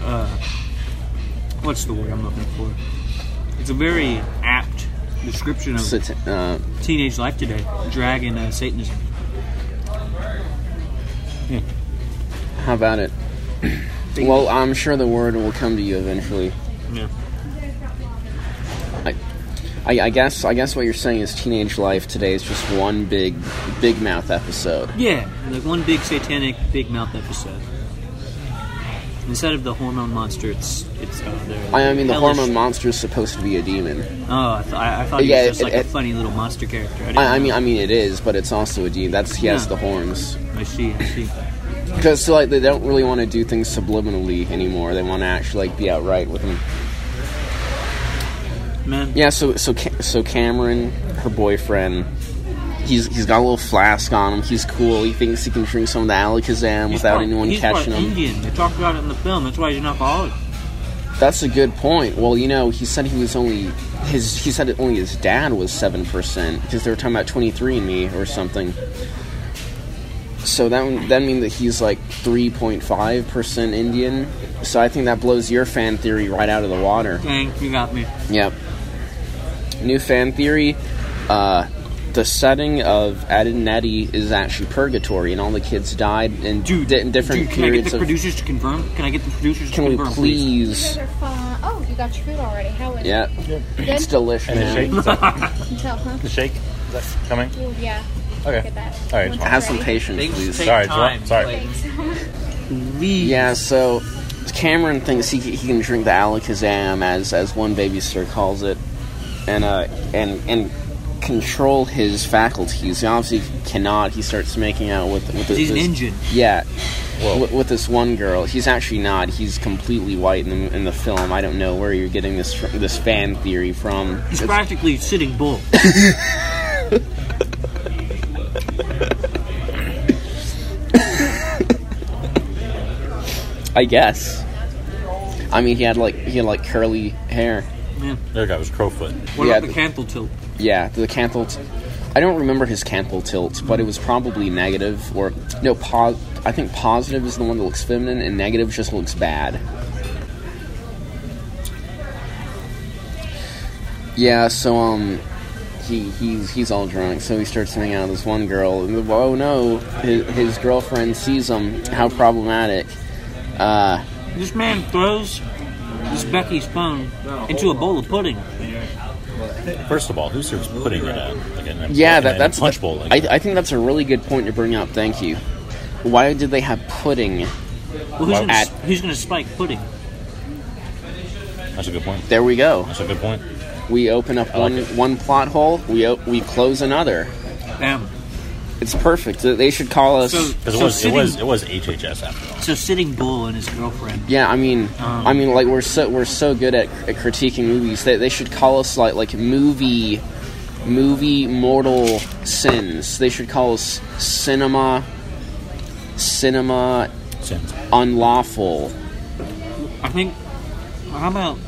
Speaker 2: Uh, what's the word I'm looking for? It's a very apt description of
Speaker 1: sat- uh,
Speaker 2: teenage life today. Drag and uh, Satanism.
Speaker 1: how about it? (clears throat) well, I'm sure the word will come to you eventually.
Speaker 2: Yeah.
Speaker 1: I, I guess I guess what you're saying is teenage life today is just one big big mouth episode.
Speaker 2: Yeah, like one big satanic big mouth episode. Instead of the hormone monster, it's it's uh, the
Speaker 1: I, I mean, the
Speaker 2: hellish-
Speaker 1: hormone monster is supposed to be a demon.
Speaker 2: Oh, I, th- I I thought he
Speaker 1: Yeah,
Speaker 2: was just
Speaker 1: it-
Speaker 2: like
Speaker 1: it-
Speaker 2: a funny little monster character. I, didn't
Speaker 1: I, I
Speaker 2: know.
Speaker 1: mean, I mean, it is, but it's also a demon. That's he has
Speaker 2: Yeah.
Speaker 1: the horns
Speaker 2: I see, I see.
Speaker 1: because like they don't really want to do things subliminally anymore. They want to actually like be outright with them.
Speaker 2: Man,
Speaker 1: Yeah. So so Ca- so Cameron, her boyfriend. He's, he's got a little flask on him. He's cool. He thinks he can drink some of the Alakazam
Speaker 2: he's
Speaker 1: without
Speaker 2: part-
Speaker 1: anyone
Speaker 2: oh, he's
Speaker 1: catching
Speaker 2: part
Speaker 1: him.
Speaker 2: Indian. They talked about it in the film. That's why he's an alcoholic.
Speaker 1: That's a good point. Well, you know, he said he was only his. He said only his dad was seven percent because they were talking about twenty three and me or something. So that would- that mean that he's like three point five percent Indian. So I think that blows your fan theory right out of the water.
Speaker 2: Dang, you got me.
Speaker 1: Yep. New fan theory. Uh, the setting of Adineti is actually purgatory, and all the kids died in,
Speaker 2: Dude,
Speaker 1: di- in different
Speaker 2: dude, can I get
Speaker 1: periods
Speaker 2: the
Speaker 1: of.
Speaker 2: producers to confirm? Can I get the producers
Speaker 1: Can
Speaker 2: to
Speaker 1: we
Speaker 2: confirm,
Speaker 1: please?
Speaker 4: Those are fun. Oh, you got your food already. How is
Speaker 1: Yeah,
Speaker 4: it?
Speaker 1: it's
Speaker 4: Good?
Speaker 1: delicious.
Speaker 3: And the
Speaker 1: man.
Speaker 3: shake? Is that,
Speaker 4: You can tell, huh?
Speaker 3: the shake? Is that coming?
Speaker 4: Ooh, yeah.
Speaker 3: Okay.
Speaker 4: Get that.
Speaker 3: All right,
Speaker 4: Once
Speaker 3: fine.
Speaker 1: Have
Speaker 4: it's
Speaker 1: some
Speaker 4: ready.
Speaker 1: patience,
Speaker 6: Things
Speaker 1: please.
Speaker 6: take
Speaker 3: Sorry,
Speaker 6: time.
Speaker 3: Joel. Sorry.
Speaker 6: Like,
Speaker 4: Thanks. (laughs)
Speaker 2: Please.
Speaker 1: Yeah, so Cameron thinks he, he can drink the Alakazam, as as one babysitter calls it, and uh and and control his faculties. He obviously cannot. He starts making out with with
Speaker 2: He's an
Speaker 1: this,
Speaker 2: Indian.
Speaker 1: Yeah,
Speaker 3: Whoa.
Speaker 1: with, with this one girl. He's actually not. He's completely white in the, in the film. I don't know where you're getting this fr- this fan theory from.
Speaker 2: He's
Speaker 1: It's-
Speaker 2: practically sitting
Speaker 1: (laughs)
Speaker 2: bull.
Speaker 1: I guess. I mean, he had like he had like curly hair.
Speaker 2: Man,
Speaker 3: There guy was Crowfoot.
Speaker 2: what
Speaker 1: Yeah,
Speaker 2: about the
Speaker 1: the-
Speaker 2: Cantle tilt?
Speaker 1: Yeah, the Cantle. T- I don't remember his Cantle tilt, but it was probably negative or no. Po- I think positive is the one that looks feminine, and negative just looks bad. Yeah, so um, he he's he's all drunk, so he starts hanging out with this one girl, and oh no, his, his girlfriend sees him. How problematic! Uh,
Speaker 2: This man throws this Becky's phone into a bowl of pudding.
Speaker 3: First of all, who serves pudding right now? Like in a-
Speaker 1: Yeah,
Speaker 3: in a
Speaker 1: that, that's
Speaker 3: punch bowl. Like,
Speaker 1: I, I think that's a really good point to bring up. Thank you. Why did they have pudding?
Speaker 2: Well, who's
Speaker 3: Well,
Speaker 2: gonna,
Speaker 1: at-
Speaker 2: who's gonna spike pudding?
Speaker 3: that's a good point.
Speaker 1: There we go.
Speaker 3: That's a good point.
Speaker 1: We open up
Speaker 3: I like
Speaker 1: one
Speaker 3: it.
Speaker 1: one plot hole. We o- we close another.
Speaker 2: Bam.
Speaker 1: It's perfect. They- They should call us.
Speaker 2: So,
Speaker 3: Because it
Speaker 2: so
Speaker 3: was
Speaker 2: sitting,
Speaker 3: it was it was HHS after all.
Speaker 2: so sitting bull and his girlfriend.
Speaker 1: yeah, I mean,
Speaker 2: Um.
Speaker 1: I mean, like we're so we're so good at, at critiquing movies. They they should call us like like movie movie mortal sins. They should call us cinema cinema
Speaker 3: Sins.
Speaker 1: unlawful.
Speaker 2: I think. How about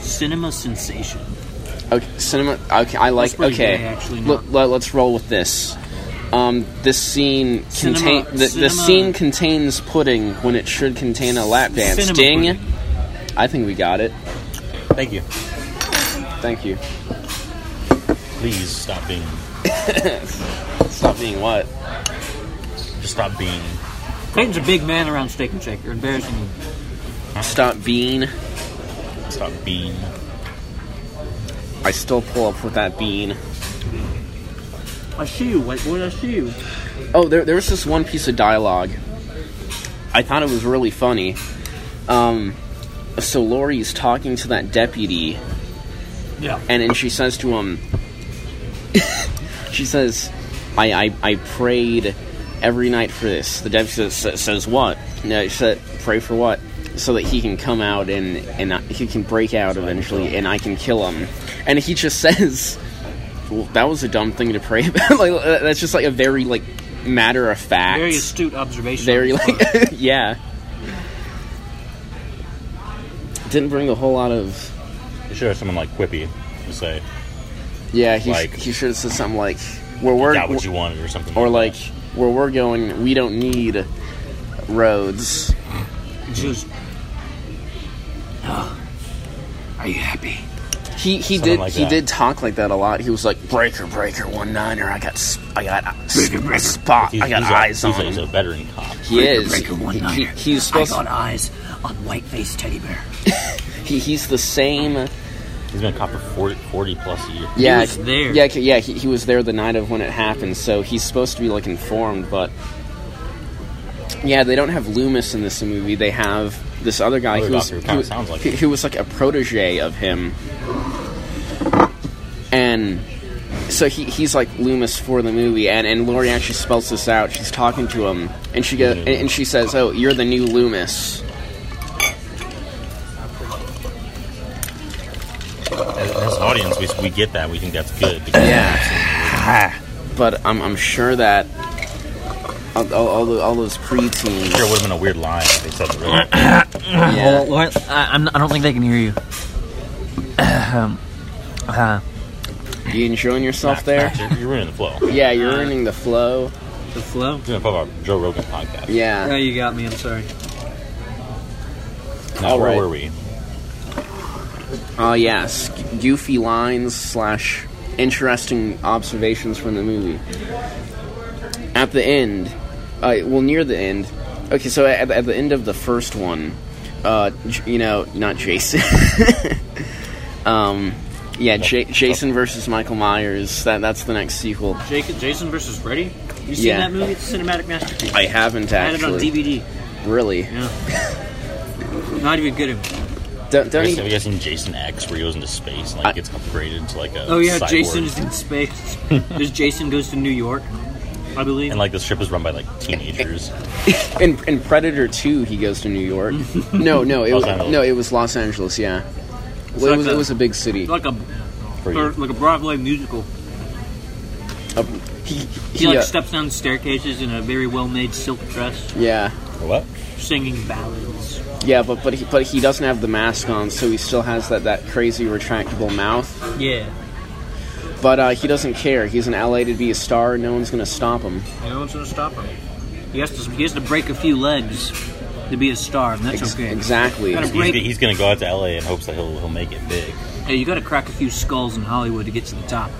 Speaker 2: cinema sensation?
Speaker 1: Okay, cinema. Okay, I like.
Speaker 2: That's pretty
Speaker 1: Okay,
Speaker 2: gay, actually,
Speaker 1: Let- let, us roll with this. Um, this scene
Speaker 2: Cinema-
Speaker 1: contain the, the
Speaker 2: cinema-
Speaker 1: scene contains pudding when it should contain a lap dance.
Speaker 2: Cinema
Speaker 1: Ding!
Speaker 2: pudding.
Speaker 1: I think we got it.
Speaker 3: Thank you.
Speaker 1: Thank you.
Speaker 3: Please stop being
Speaker 1: Stop being what?
Speaker 3: just stop being
Speaker 2: Clayton's a big man around Steak and Shake. You're embarrassing him.
Speaker 1: Stop bean.
Speaker 3: stop being.
Speaker 1: I still pull up with that bean.
Speaker 2: I see you. Wait, what? I see you.
Speaker 1: Oh, there, there was this one piece of dialogue. I thought it was really funny. Um, so Lori's talking to that deputy,
Speaker 2: Yeah.
Speaker 1: and and she says (laughs) to him, she says, I I, I prayed every night for this. The devil says, sa- says what? No, he said, pray for what? So that he can come out and and I, he can break out eventually, and I can kill him. And he just (laughs) says, well, "That was a dumb thing to pray (laughs) about." like uh, that's just like a very like matter of fact,
Speaker 2: Very astute
Speaker 1: (laughs)
Speaker 2: observation.
Speaker 1: very
Speaker 2: on his part.
Speaker 1: like (laughs) yeah. Didn't bring a whole lot of
Speaker 3: You should have someone like Quippy to say,
Speaker 1: yeah. He sh-
Speaker 3: Like-
Speaker 1: he should have said something like, "Where we're
Speaker 3: got what you wanted or something.
Speaker 1: or like where we're going, we don't need roads.
Speaker 2: Just- "Oh, Are you happy?
Speaker 1: He he
Speaker 3: Something
Speaker 1: did
Speaker 3: like
Speaker 1: he
Speaker 3: that.
Speaker 1: did talk like that a lot. He was like breaker breaker one niner. I got s- I got uh, s- spot.
Speaker 3: He's-
Speaker 1: I got
Speaker 3: he's
Speaker 1: eyes
Speaker 3: a,
Speaker 1: on
Speaker 3: he's a, he's
Speaker 1: him.
Speaker 3: a veteran cop.
Speaker 1: He is. He- he- he's supposed.
Speaker 6: eyes on white-faced teddy bear.
Speaker 1: He, he's the same.
Speaker 3: He's been a cop for 40, 40 plus years.
Speaker 1: Yeah,
Speaker 2: was there.
Speaker 1: Yeah, c- yeah. He, he was there the night of when it happened, so he's supposed to be like informed. But yeah, they don't have Loomis in this movie. They have this other guy
Speaker 3: Other
Speaker 1: who was
Speaker 3: doctor who
Speaker 1: who,
Speaker 3: kinda sounds like
Speaker 1: who-
Speaker 3: him.
Speaker 1: who was like a protege of him, and so he, he's like Loomis for the movie. And and Lori actually spells this out. She's talking to him, and she go and, and she says, "Oh, you're the new Loomis."
Speaker 3: As, as an audience, we, we get that. We think that's good. Because
Speaker 1: Yeah. But I'm, I'm sure that all, all, all, the, all those pre-teens.
Speaker 3: Sure, it would have been a weird line if they said it really.
Speaker 1: Yeah.
Speaker 6: Oh, I, I'm, I don't think they can hear you. uh,
Speaker 1: You enjoying yourself there?
Speaker 3: You're, you're ruining the flow. You're
Speaker 1: Yeah, you're ruining the flow.
Speaker 2: The flow?
Speaker 3: doing a pop up Joe Rogan podcast.
Speaker 2: Yeah,
Speaker 1: Yeah.
Speaker 2: you got me. I'm sorry.
Speaker 3: Now, where
Speaker 1: Alright.
Speaker 3: were we?
Speaker 1: Oh yes, goofy lines slash interesting observations from the movie. At the end, uh, well, near the end. Okay, so at, at the end of the first one, uh, J- you know, not Jason. (laughs) um, yeah, J- Jason versus Michael Myers. That that's the next sequel.
Speaker 2: Jake, Jason versus Freddy? You seen
Speaker 1: Yeah.
Speaker 2: that movie? It's a cinematic masterpiece.
Speaker 1: I haven't
Speaker 2: I had it on
Speaker 1: actually.
Speaker 2: DVD.
Speaker 1: Really?
Speaker 2: Yeah. Not even good.
Speaker 1: Don't, don't e-
Speaker 3: Have you
Speaker 1: even-
Speaker 3: guys seen Jason X where he goes into space and
Speaker 1: I-
Speaker 3: like gets upgraded to like a
Speaker 2: Oh yeah,
Speaker 3: cyborg?
Speaker 2: Jason is in
Speaker 1: (laughs)
Speaker 2: space. There's Jason goes to New York, I believe.
Speaker 3: and like the ship is run by like teenagers.
Speaker 1: In, in Predator Two, he goes to New
Speaker 3: (laughs)
Speaker 1: York. no, no, it
Speaker 3: Los
Speaker 1: was
Speaker 3: Angeles.
Speaker 1: no, it was Los Angeles. Yeah, well, it
Speaker 2: like
Speaker 1: was
Speaker 2: a-
Speaker 1: it was a big city.
Speaker 2: like a
Speaker 3: For
Speaker 2: or
Speaker 3: you.
Speaker 2: like a Broadway musical.
Speaker 1: Uh, he,
Speaker 2: He
Speaker 1: he,
Speaker 2: like
Speaker 1: uh,
Speaker 2: steps down staircases in a very well-made silk dress,
Speaker 1: yeah,
Speaker 3: what?
Speaker 2: singing ballads.
Speaker 1: yeah, but but he, but he doesn't have the mask on, so he still has that that crazy retractable mouth.
Speaker 2: Yeah.
Speaker 1: But uh, he doesn't care. He's in LA to be a star. No one's gonna stop him.
Speaker 2: No one's gonna stop him. He has to. He has to break a few legs to be a star, and that's
Speaker 1: Ex-
Speaker 2: okay.
Speaker 1: Exactly.
Speaker 2: Gotta
Speaker 3: He's,
Speaker 2: break-
Speaker 3: he's gonna go out to LA and hopes that he'll he'll make it big.
Speaker 2: Hey, you got to crack a few skulls in Hollywood to get to the top.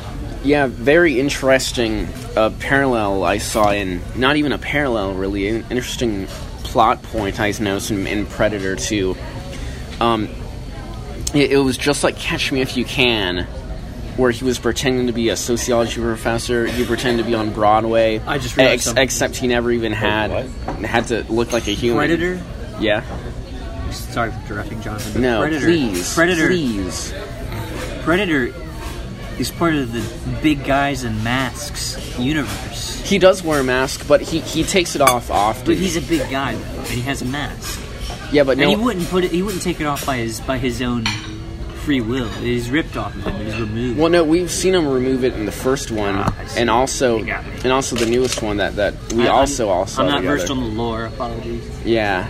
Speaker 1: Yeah, very interesting uh, parallel I saw in not even a parallel really an interesting plot point I noticed in, in Predator Two. Um, it, it was just like Catch Me If You Can, where he was pretending to be a sociology professor. He pretended to be on Broadway.
Speaker 2: I just realized
Speaker 1: ex-
Speaker 2: something.
Speaker 1: except he never even had
Speaker 3: what?
Speaker 1: had to look like a human.
Speaker 2: Predator.
Speaker 1: Yeah.
Speaker 2: Sorry for directing Jonathan. but
Speaker 1: No.
Speaker 2: Predator.
Speaker 1: Please.
Speaker 2: Predator.
Speaker 1: Please.
Speaker 2: Predator is part of the big guys and masks universe.
Speaker 1: He does wear a mask, but he he takes it off often.
Speaker 2: But he's a big guy though, and he has a mask.
Speaker 1: yeah, but
Speaker 2: And he
Speaker 1: no.
Speaker 2: wouldn't put it. He wouldn't take it off by his by his own free will. It is ripped off of him. It is removed.
Speaker 1: Well, no, we've seen him remove it in the first one,
Speaker 2: Ah, I see.
Speaker 1: and also,
Speaker 2: You got me.
Speaker 1: and also the newest one that that we
Speaker 2: I- I'm-
Speaker 1: also all saw
Speaker 2: I'm not
Speaker 1: together.
Speaker 2: versed on the lore. Apologies.
Speaker 1: yeah,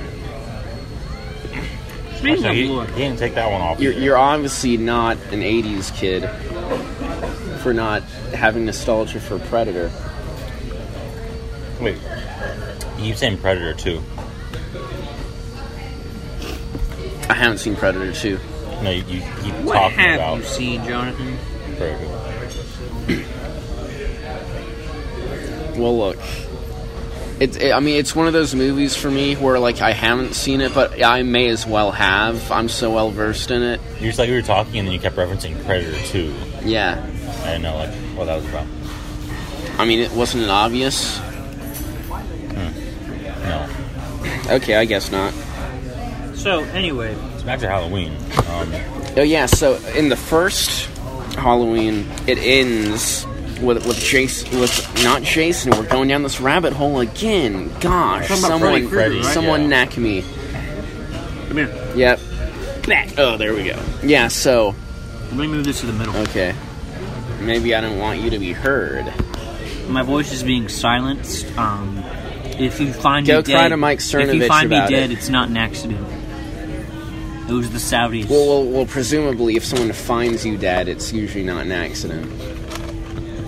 Speaker 2: Speaking
Speaker 3: Actually,
Speaker 2: of
Speaker 3: he,
Speaker 2: lore,
Speaker 3: he didn't take that one off.
Speaker 1: you're
Speaker 3: either.
Speaker 1: you're obviously not an '80s kid for not having nostalgia for Predator.
Speaker 3: Wait, you keep saying Predator too.
Speaker 1: I haven't seen Predator 2.
Speaker 3: No, you, you keep
Speaker 2: what
Speaker 3: talking
Speaker 2: have
Speaker 3: about
Speaker 2: you seen, Jonathan?
Speaker 3: Predator.
Speaker 1: Well, look, it, it- I mean, it's one of those movies for me where like I haven't seen it, but I may as well have. I'm so well versed in it.
Speaker 3: You're just like we were talking, and then you kept referencing Predator Two.
Speaker 1: Yeah,
Speaker 3: I didn't know like what that was about.
Speaker 1: I mean, it wasn't it obvious.
Speaker 3: No,
Speaker 1: Okay, I guess not.
Speaker 2: So anyway,
Speaker 3: it's back to Halloween. Um,
Speaker 1: Oh yeah, so in the first Halloween, it ends with with Jason with not Jason. We're going down this rabbit hole again. Gosh,
Speaker 2: Talking about Freddy
Speaker 1: someone
Speaker 2: Krueger, right?
Speaker 1: someone
Speaker 3: Yeah.
Speaker 1: knack me.
Speaker 2: Come here.
Speaker 1: Yep.
Speaker 2: Back.
Speaker 1: Oh, there we go. Yeah. So
Speaker 2: Let me move this to the middle.
Speaker 1: okay, maybe I don't want you to be heard.
Speaker 2: My voice is being silenced. Um, if you find
Speaker 1: Go
Speaker 2: me
Speaker 1: cry
Speaker 2: dead,
Speaker 1: to Mike
Speaker 2: if
Speaker 1: Cernovich
Speaker 2: you find me
Speaker 1: about
Speaker 2: dead,
Speaker 1: it.
Speaker 2: it's not an accident. It was the Saudis.
Speaker 1: Well, well, well, presumably, if someone finds you dead, it's usually not an accident.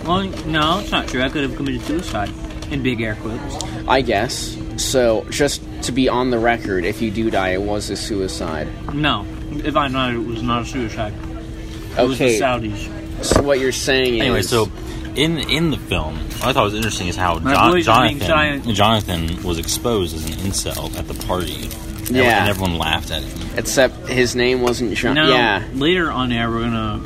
Speaker 2: Well, no, it's not true. I could have committed suicide. In big air quotes.
Speaker 1: I guess. So, just to be on the record, if you do die, it was a suicide.
Speaker 2: No, if I know it was not a suicide. It was the
Speaker 1: Okay.
Speaker 2: Saudis.
Speaker 1: So what you're saying
Speaker 3: Anyway,
Speaker 1: is,
Speaker 3: so in in the film, what I thought was interesting is how
Speaker 2: My
Speaker 3: Jon-
Speaker 2: boys are being
Speaker 3: Jonathan Jonathan was exposed as an incel at the party. And-
Speaker 1: Yeah.
Speaker 3: and everyone laughed at him.
Speaker 1: except his name wasn't John.
Speaker 2: Now,
Speaker 1: Yeah,
Speaker 2: later on air, we're gonna.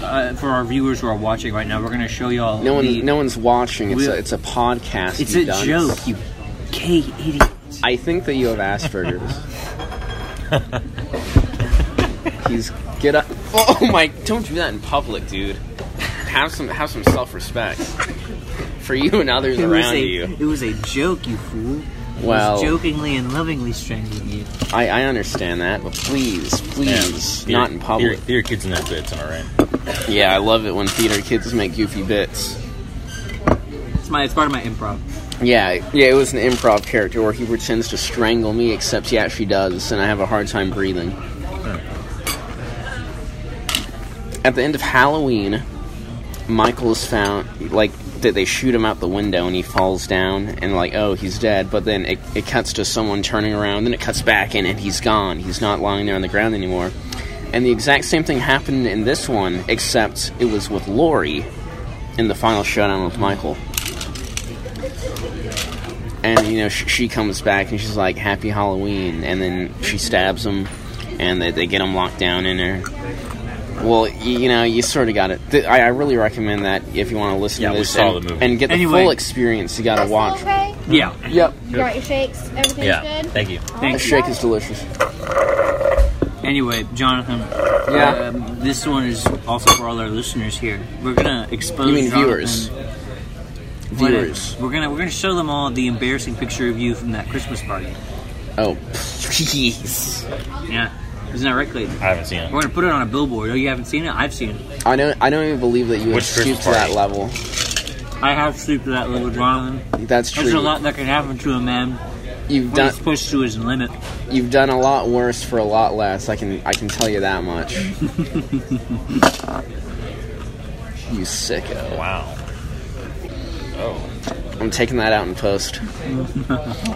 Speaker 2: Uh, for our viewers who are watching right now, we're gonna show y'all.
Speaker 1: no one,
Speaker 2: the-
Speaker 1: no one's watching. It's
Speaker 2: We'll-
Speaker 1: a, it's a podcast.
Speaker 2: It's
Speaker 1: you
Speaker 2: a
Speaker 1: dunce.
Speaker 2: joke, you gay idiots.
Speaker 1: I think that you have Asperger's. He's get up. Oh my! Don't do that in public, dude. Have some have some self respect for you and others
Speaker 6: It was,
Speaker 1: around
Speaker 6: a,
Speaker 1: you.
Speaker 6: it was a joke, you fool. I
Speaker 1: Well,
Speaker 6: was jokingly and lovingly strangling you.
Speaker 1: I, I understand that, but please, please,
Speaker 3: Theater-
Speaker 1: not in public.
Speaker 3: Theater, theater kids in their bits, am I right?
Speaker 1: Yeah, I love it when theater kids make goofy bits.
Speaker 6: It's my it's part of my improv.
Speaker 1: Yeah, yeah, it was an improv character where he pretends to strangle me, except he actually does, and I have a hard time breathing. At the end of Halloween, Michael is found like that they shoot him out the window and he falls down and like oh he's dead but then it, it cuts to someone turning around then it cuts back in and he's gone he's not lying there on the ground anymore and the exact same thing happened in this one except it was with Laurie in the final showdown with Michael and you know sh- she comes back and she's like happy halloween and then she stabs him and they, they get him locked down in her well y- you know you sort of got it th- I, I really recommend that if you want to listen
Speaker 3: Yeah,
Speaker 1: to
Speaker 3: we
Speaker 1: this
Speaker 3: saw
Speaker 1: and,
Speaker 3: the movie.
Speaker 1: and get the
Speaker 2: Anyway.
Speaker 1: full experience you gotta
Speaker 4: That's
Speaker 1: watch
Speaker 4: okay.
Speaker 2: Yeah.
Speaker 1: yep
Speaker 4: You got your shakes. Everything's
Speaker 3: Yeah.
Speaker 4: good.
Speaker 3: Thank you.
Speaker 1: the
Speaker 2: Thank you.
Speaker 1: shake is delicious
Speaker 2: Anyway, Jonathan.
Speaker 1: Yeah.
Speaker 2: um, this one is also for all our listeners here. We're gonna expose.
Speaker 1: You mean
Speaker 2: Jonathan-
Speaker 1: viewers.
Speaker 2: We're gonna-
Speaker 1: viewers
Speaker 2: We're gonna we're gonna show them all the embarrassing picture of you from that Christmas party.
Speaker 1: oh (laughs) please
Speaker 2: Yeah. Isn't that right, Clayton?
Speaker 3: I haven't seen it.
Speaker 2: We're gonna put it on a billboard. Oh, you haven't seen it? I've seen it.
Speaker 1: i don't i don't even believe that you would
Speaker 3: Which
Speaker 1: stoop
Speaker 3: Christmas
Speaker 1: to that
Speaker 3: party?
Speaker 1: level
Speaker 2: I have sleep to that little Jonathan.
Speaker 1: that's
Speaker 2: There's a
Speaker 1: true
Speaker 2: lot that can happen to a man
Speaker 1: you've
Speaker 2: when
Speaker 1: done
Speaker 2: he's pushed to his limit.
Speaker 1: you've done a lot worse for a lot less i can i can tell you that
Speaker 2: (laughs)
Speaker 1: much you sicko
Speaker 3: Wow. Oh.
Speaker 1: I'm taking that out in post.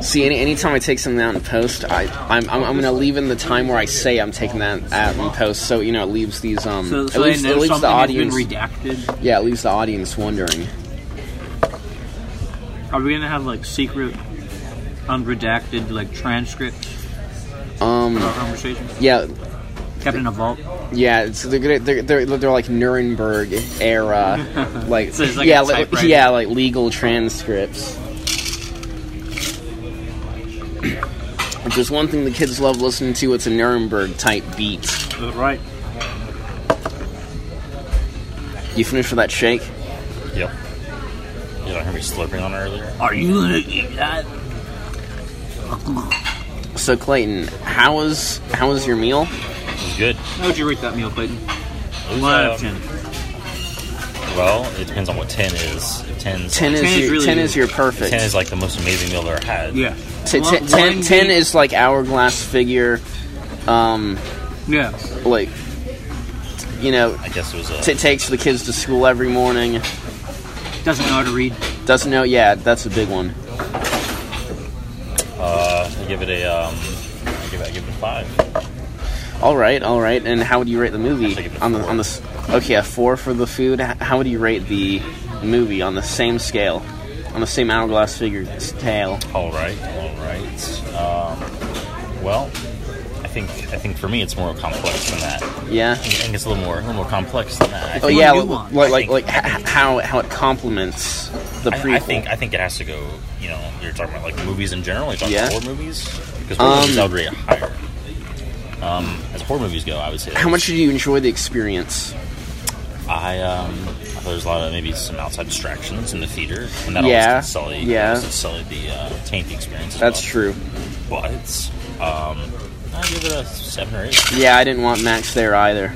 Speaker 1: See, any anytime I take something out in post, I I'm, I'm, I'm gonna leave in the time where I say I'm taking that out in post, so you know it leaves these um
Speaker 2: So, so
Speaker 1: it
Speaker 2: they
Speaker 1: leaves,
Speaker 2: know
Speaker 1: it leaves the
Speaker 2: something
Speaker 1: audience
Speaker 2: has been redacted.
Speaker 1: yeah it leaves the audience wondering.
Speaker 2: Are we gonna have like secret, unredacted like transcripts of
Speaker 1: Um
Speaker 2: our conversation?
Speaker 1: yeah
Speaker 2: Kept in a vault.
Speaker 1: yeah it's they're gonna- they're they're, they're like Nuremberg era
Speaker 2: (laughs)
Speaker 1: like,
Speaker 2: So it's like
Speaker 1: yeah
Speaker 2: a
Speaker 1: like,
Speaker 2: typewriter.
Speaker 1: yeah like legal transcripts. If there's one thing the kids love listening to, it's a Nuremberg type beat.
Speaker 2: Right.
Speaker 1: You finished with that shake?
Speaker 3: Yep. You don't hear me slurping on it earlier?
Speaker 2: Are you gonna eat that?
Speaker 1: So Clayton, how was how was your meal?
Speaker 3: It was good.
Speaker 2: How would you rate that meal, Clayton?
Speaker 3: It was,
Speaker 2: One out of
Speaker 3: um,
Speaker 2: ten.
Speaker 3: Well, it depends on what 10 is. If 10's
Speaker 1: Ten is,
Speaker 2: Ten is
Speaker 1: your,
Speaker 2: really
Speaker 1: ten
Speaker 2: good.
Speaker 1: is your perfect.
Speaker 3: 10 is like the most amazing meal I've ever had.
Speaker 2: Yeah.
Speaker 1: T-
Speaker 2: One-
Speaker 1: ten- ten-
Speaker 2: one
Speaker 1: ten
Speaker 2: beat-
Speaker 1: is like hourglass figure, um,
Speaker 2: Yeah.
Speaker 1: like you know,
Speaker 3: I guess it was a.
Speaker 1: t- takes the kids to school every morning.
Speaker 2: Doesn't know how to read.
Speaker 1: Doesn't know. Yeah, that's a big one.
Speaker 3: Uh, I give it a. Um, I give it. I give it a five.
Speaker 1: All right, all right. And how would you rate the movie
Speaker 3: Actually, I give it a
Speaker 1: on the
Speaker 3: four.
Speaker 1: on the? s- Okay, a four for the food. H- How would you rate the movie on the same scale, on the same hourglass figure scale?
Speaker 3: All right. All right. Um, well, I think I think for me it's more complex than that. I
Speaker 1: Yeah.
Speaker 3: think it's a little more a little more complex than that. I
Speaker 1: Oh
Speaker 3: think,
Speaker 1: yeah,
Speaker 2: more
Speaker 1: li-
Speaker 2: nuanced,
Speaker 1: like like
Speaker 3: I think.
Speaker 1: like h- h- how how it complements the prequel.
Speaker 3: I, I think I think it has to go. You know, you're talking about like movies in general. You're talking
Speaker 1: Yeah.
Speaker 3: about horror movies because horror
Speaker 1: Um,
Speaker 3: movies I would rate it higher. Um, as horror movies go, I would say.
Speaker 1: how much did you enjoy the experience?
Speaker 3: I um, I there's a lot of maybe some outside distractions in the theater, and that
Speaker 1: Yeah,
Speaker 3: always can sully,
Speaker 1: yeah.
Speaker 3: always can sully the uh, taint the experience. As
Speaker 1: That's
Speaker 3: well.
Speaker 1: true.
Speaker 3: But um, I give it a seven or eight.
Speaker 1: Yeah, I didn't want Max there either.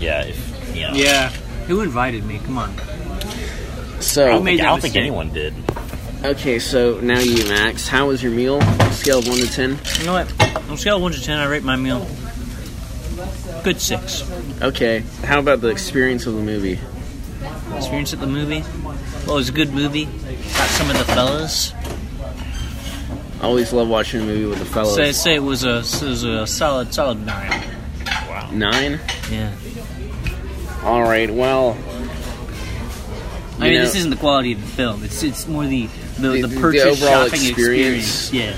Speaker 3: Yeah, if you know,
Speaker 7: Yeah.
Speaker 2: Who invited me? Come on.
Speaker 3: I
Speaker 1: So
Speaker 3: don't,
Speaker 2: made
Speaker 3: think, I
Speaker 2: that
Speaker 3: don't think
Speaker 2: mistake.
Speaker 3: anyone did.
Speaker 1: okay, so now you, Max. How was your meal? Scale of one to ten.
Speaker 2: You know what? On a scale of 1 to 10, I rate my meal. Good 6.
Speaker 1: Okay. How about the experience of the movie?
Speaker 2: Experience at the movie. Well, it was a good movie. Got some of the fellas.
Speaker 1: I always love watching a movie with the fellas.
Speaker 2: Say, say it was a, it was a solid, solid 9.
Speaker 1: Nine.
Speaker 2: Yeah.
Speaker 1: All right. Well,
Speaker 2: I
Speaker 1: You
Speaker 2: mean,
Speaker 1: know-
Speaker 2: this isn't the quality of the film. It's it's more the the,
Speaker 1: The-
Speaker 2: the,
Speaker 1: the
Speaker 2: purchase
Speaker 1: overall
Speaker 2: shopping
Speaker 1: experience.
Speaker 2: experience. Yeah.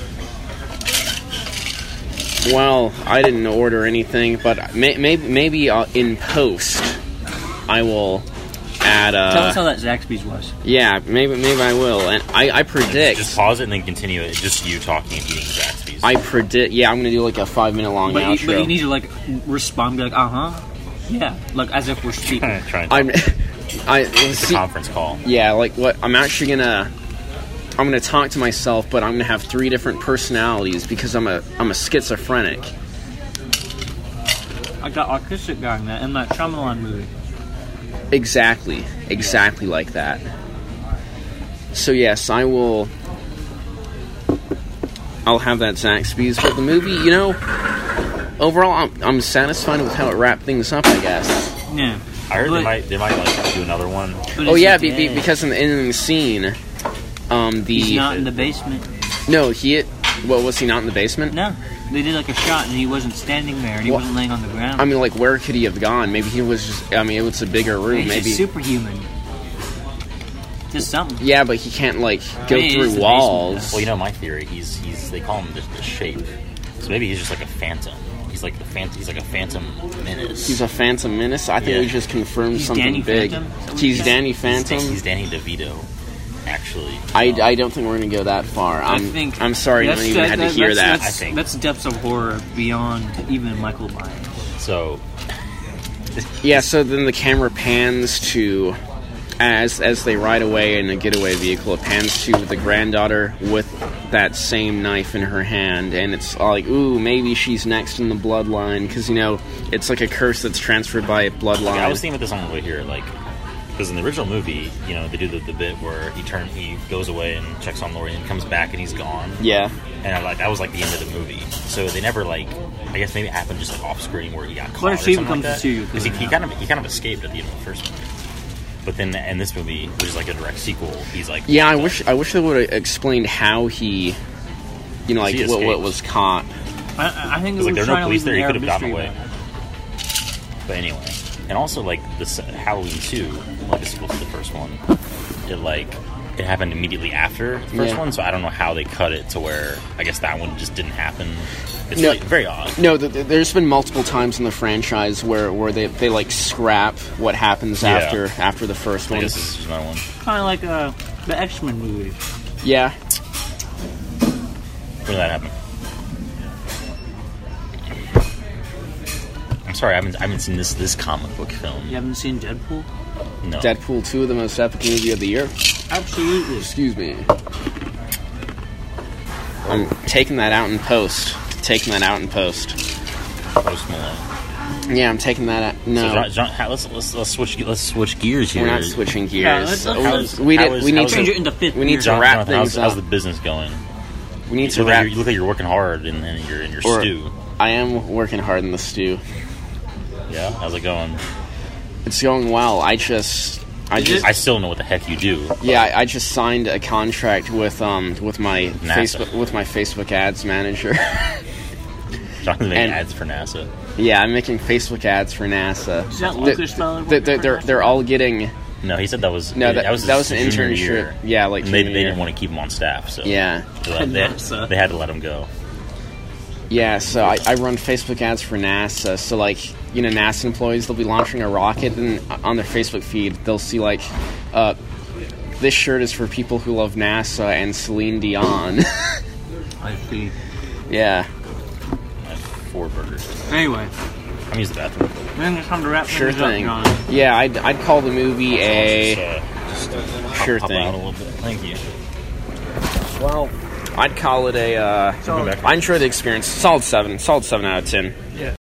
Speaker 1: well, I didn't order anything, but may, may, maybe uh, in post I will add. Uh,
Speaker 2: Tell us how that Zaxby's was.
Speaker 1: yeah, maybe maybe I will, and I, I predict.
Speaker 3: Just pause it and then continue it. Just you talking and eating Zaxby's.
Speaker 1: I predict. Yeah, I'm gonna do like a five minute long
Speaker 2: But
Speaker 1: outro.
Speaker 2: you, but you need to like respond, be like, uh huh, yeah, like as if
Speaker 1: (laughs)
Speaker 2: we're speaking.
Speaker 3: trying to
Speaker 1: I'm. I
Speaker 3: it's a
Speaker 1: see-
Speaker 3: conference call.
Speaker 1: yeah, like what I'm actually gonna. I'm gonna talk to myself, but I'm gonna have three different personalities because I'm a I'm a schizophrenic.
Speaker 2: I got autistic guy in that in that Shyamalan movie.
Speaker 1: Exactly, exactly like that. So yes, I will. I'll have that Zaxby's, but the movie, you know, overall, I'm, I'm satisfied with how it wrapped things up. I guess.
Speaker 2: Yeah.
Speaker 3: I heard
Speaker 2: But-
Speaker 3: they might they might like do another one.
Speaker 2: but
Speaker 1: Oh
Speaker 2: it's
Speaker 1: yeah,
Speaker 2: like,
Speaker 1: be, be, because in the ending scene, um, the
Speaker 2: he's not in the basement.
Speaker 1: no, he, well, was he not in the basement?
Speaker 2: No, they did like a shot and he wasn't standing there and he
Speaker 1: Well,
Speaker 2: wasn't laying on the ground.
Speaker 1: I mean, like, where could he have gone? Maybe he was just. I mean, it was a bigger room.
Speaker 2: he's
Speaker 1: maybe.
Speaker 2: just superhuman. Just something.
Speaker 1: yeah, but he can't like go
Speaker 2: mean, it is the
Speaker 1: through
Speaker 2: basement.
Speaker 1: walls.
Speaker 3: Well, you know my theory. He's he's they call him the, the shape. So maybe he's just like a phantom. He's like the phantom. He's like a phantom menace.
Speaker 1: He's a Phantom Menace. I think
Speaker 3: Yeah.
Speaker 1: we just confirmed
Speaker 2: He's
Speaker 1: something
Speaker 2: Danny
Speaker 1: big.
Speaker 2: Phantom? Is that what
Speaker 1: He's
Speaker 2: you said?
Speaker 1: Danny
Speaker 3: He's-
Speaker 1: Phantom.
Speaker 3: He's, Danny DeVito, actually.
Speaker 1: I, I don't think we're gonna go that far. I'm
Speaker 2: think
Speaker 1: I'm sorry, no
Speaker 2: that's-
Speaker 1: one even
Speaker 2: that-
Speaker 1: had to
Speaker 2: that-
Speaker 1: hear that.
Speaker 2: that's-
Speaker 3: I think.
Speaker 2: That's depths of horror beyond even Michael Myers.
Speaker 3: So
Speaker 1: yeah. So then the camera pans to as as they ride away in a getaway vehicle. It pans to the granddaughter with that same knife in her hand, and it's all like, ooh, maybe she's next in the bloodline because you know it's like a curse that's transferred by bloodline.
Speaker 3: I was thinking about this on the way here, like because in the original movie, you know, they do the, the bit where he turn he goes away and checks on Lori and comes back and he's gone.
Speaker 1: yeah.
Speaker 3: And I like that was like the end of the movie. So they never like I guess maybe it happened just like off screen where he got caught.
Speaker 2: What if
Speaker 3: or
Speaker 2: she
Speaker 3: something
Speaker 2: becomes
Speaker 3: like
Speaker 2: a
Speaker 3: that.
Speaker 2: serial
Speaker 3: 'Cause he,
Speaker 2: killer
Speaker 3: he
Speaker 2: now?
Speaker 3: kind of he kind of escaped at the end of the first movie. But then in this movie, which is like a direct sequel, he's like
Speaker 1: Yeah, I wish I wish they would have explained how he, you know, like
Speaker 3: He
Speaker 1: what, what
Speaker 3: escaped.
Speaker 1: was caught.
Speaker 2: I, I think it
Speaker 3: Because
Speaker 2: was
Speaker 3: like there
Speaker 2: trying
Speaker 3: are no
Speaker 2: to leave
Speaker 3: police there,
Speaker 2: an
Speaker 3: he
Speaker 2: air
Speaker 3: could
Speaker 2: of
Speaker 3: have gotten
Speaker 2: mystery
Speaker 3: away. But anyway, and also like this Halloween two, like a sequel to the first one, it like it happened immediately after the first
Speaker 1: Yeah.
Speaker 3: one, so I don't know how they cut it to where I guess that one just didn't happen. It's
Speaker 1: No.
Speaker 3: like, very odd.
Speaker 1: No, th- th- there's been multiple times in the franchise where, where they, they like scrap what happens
Speaker 3: Yeah.
Speaker 1: after after the first
Speaker 3: I
Speaker 1: one.
Speaker 3: guess this is just another one.
Speaker 2: Kind of like uh, the X Men movie.
Speaker 1: Yeah,
Speaker 3: When did that happen? I'm sorry, I haven't I haven't seen this this comic book film.
Speaker 2: You haven't seen Deadpool?
Speaker 3: No.
Speaker 1: Deadpool two, the most epic movie of the year.
Speaker 2: Absolutely.
Speaker 1: Excuse me. I'm taking that out in post. Taking that out in post.
Speaker 3: Post Malone.
Speaker 1: Yeah, I'm taking that out.
Speaker 3: So
Speaker 1: No,
Speaker 3: John, John, how, let's, let's let's switch ge- let's switch gears here.
Speaker 1: we're not switching gears.
Speaker 2: let's- let's-
Speaker 1: We-
Speaker 3: How is-
Speaker 1: we
Speaker 3: how
Speaker 1: did,
Speaker 3: is-
Speaker 1: we
Speaker 3: how
Speaker 1: need
Speaker 3: is
Speaker 1: to
Speaker 2: Change it into fifth
Speaker 1: we need to
Speaker 2: gear.
Speaker 3: Jonathan,
Speaker 1: wrap
Speaker 3: Jonathan,
Speaker 1: things
Speaker 3: how's, how's
Speaker 1: up.
Speaker 3: the business going?
Speaker 1: We need
Speaker 3: You
Speaker 1: to
Speaker 3: look, like
Speaker 1: wrap.
Speaker 3: you're, you look like you're working hard in, in your in your
Speaker 1: Or-
Speaker 3: stew.
Speaker 1: I am working hard in the stew.
Speaker 3: Yeah, how's it going?
Speaker 1: It's going well. I just, I just,
Speaker 3: I still don't know what the heck you do. (laughs)
Speaker 1: yeah, I- I just signed a contract with um with my
Speaker 3: NASA.
Speaker 1: Facebook with my Facebook ads manager. (laughs)
Speaker 3: Jonathan making
Speaker 1: And-
Speaker 3: ads for NASA.
Speaker 1: yeah, I'm making Facebook ads for NASA.
Speaker 2: Is that
Speaker 1: They-
Speaker 2: Lucas Miller
Speaker 1: they-
Speaker 2: working
Speaker 1: They're,
Speaker 2: for
Speaker 1: they're,
Speaker 2: NASA?
Speaker 1: they're all getting
Speaker 3: No, he said that was
Speaker 1: no that, that was,
Speaker 3: was his
Speaker 1: an
Speaker 3: junior
Speaker 1: internship.
Speaker 3: Year.
Speaker 1: Yeah, like
Speaker 3: And they,
Speaker 1: junior
Speaker 3: they
Speaker 1: year.
Speaker 3: didn't want to keep him on staff, so
Speaker 1: Yeah,
Speaker 3: they, let- they-
Speaker 2: NASA.
Speaker 3: they had to let him go.
Speaker 1: yeah. So I, I run Facebook ads for NASA. So like you know NASA employees, they'll be launching a rocket, and on their Facebook feed, they'll see like, uh, this shirt is for people who love NASA and Celine Dion. (laughs)
Speaker 2: I see.
Speaker 1: yeah.
Speaker 3: I have four burgers.
Speaker 7: Anyway,
Speaker 3: I'm gonna use the bathroom.
Speaker 2: I think it's time to wrap
Speaker 1: Sure
Speaker 2: things up,
Speaker 1: thing.
Speaker 2: John.
Speaker 1: Yeah, I'd, I'd call the movie
Speaker 3: Just,
Speaker 1: a.
Speaker 3: uh,
Speaker 1: Sure
Speaker 3: pop out a
Speaker 1: thing.
Speaker 3: little bit. Thank you.
Speaker 1: Well, I'd call it a. Uh,
Speaker 2: So-
Speaker 3: Go back.
Speaker 1: I enjoyed the experience. Solid 7. Solid 7 out of 10.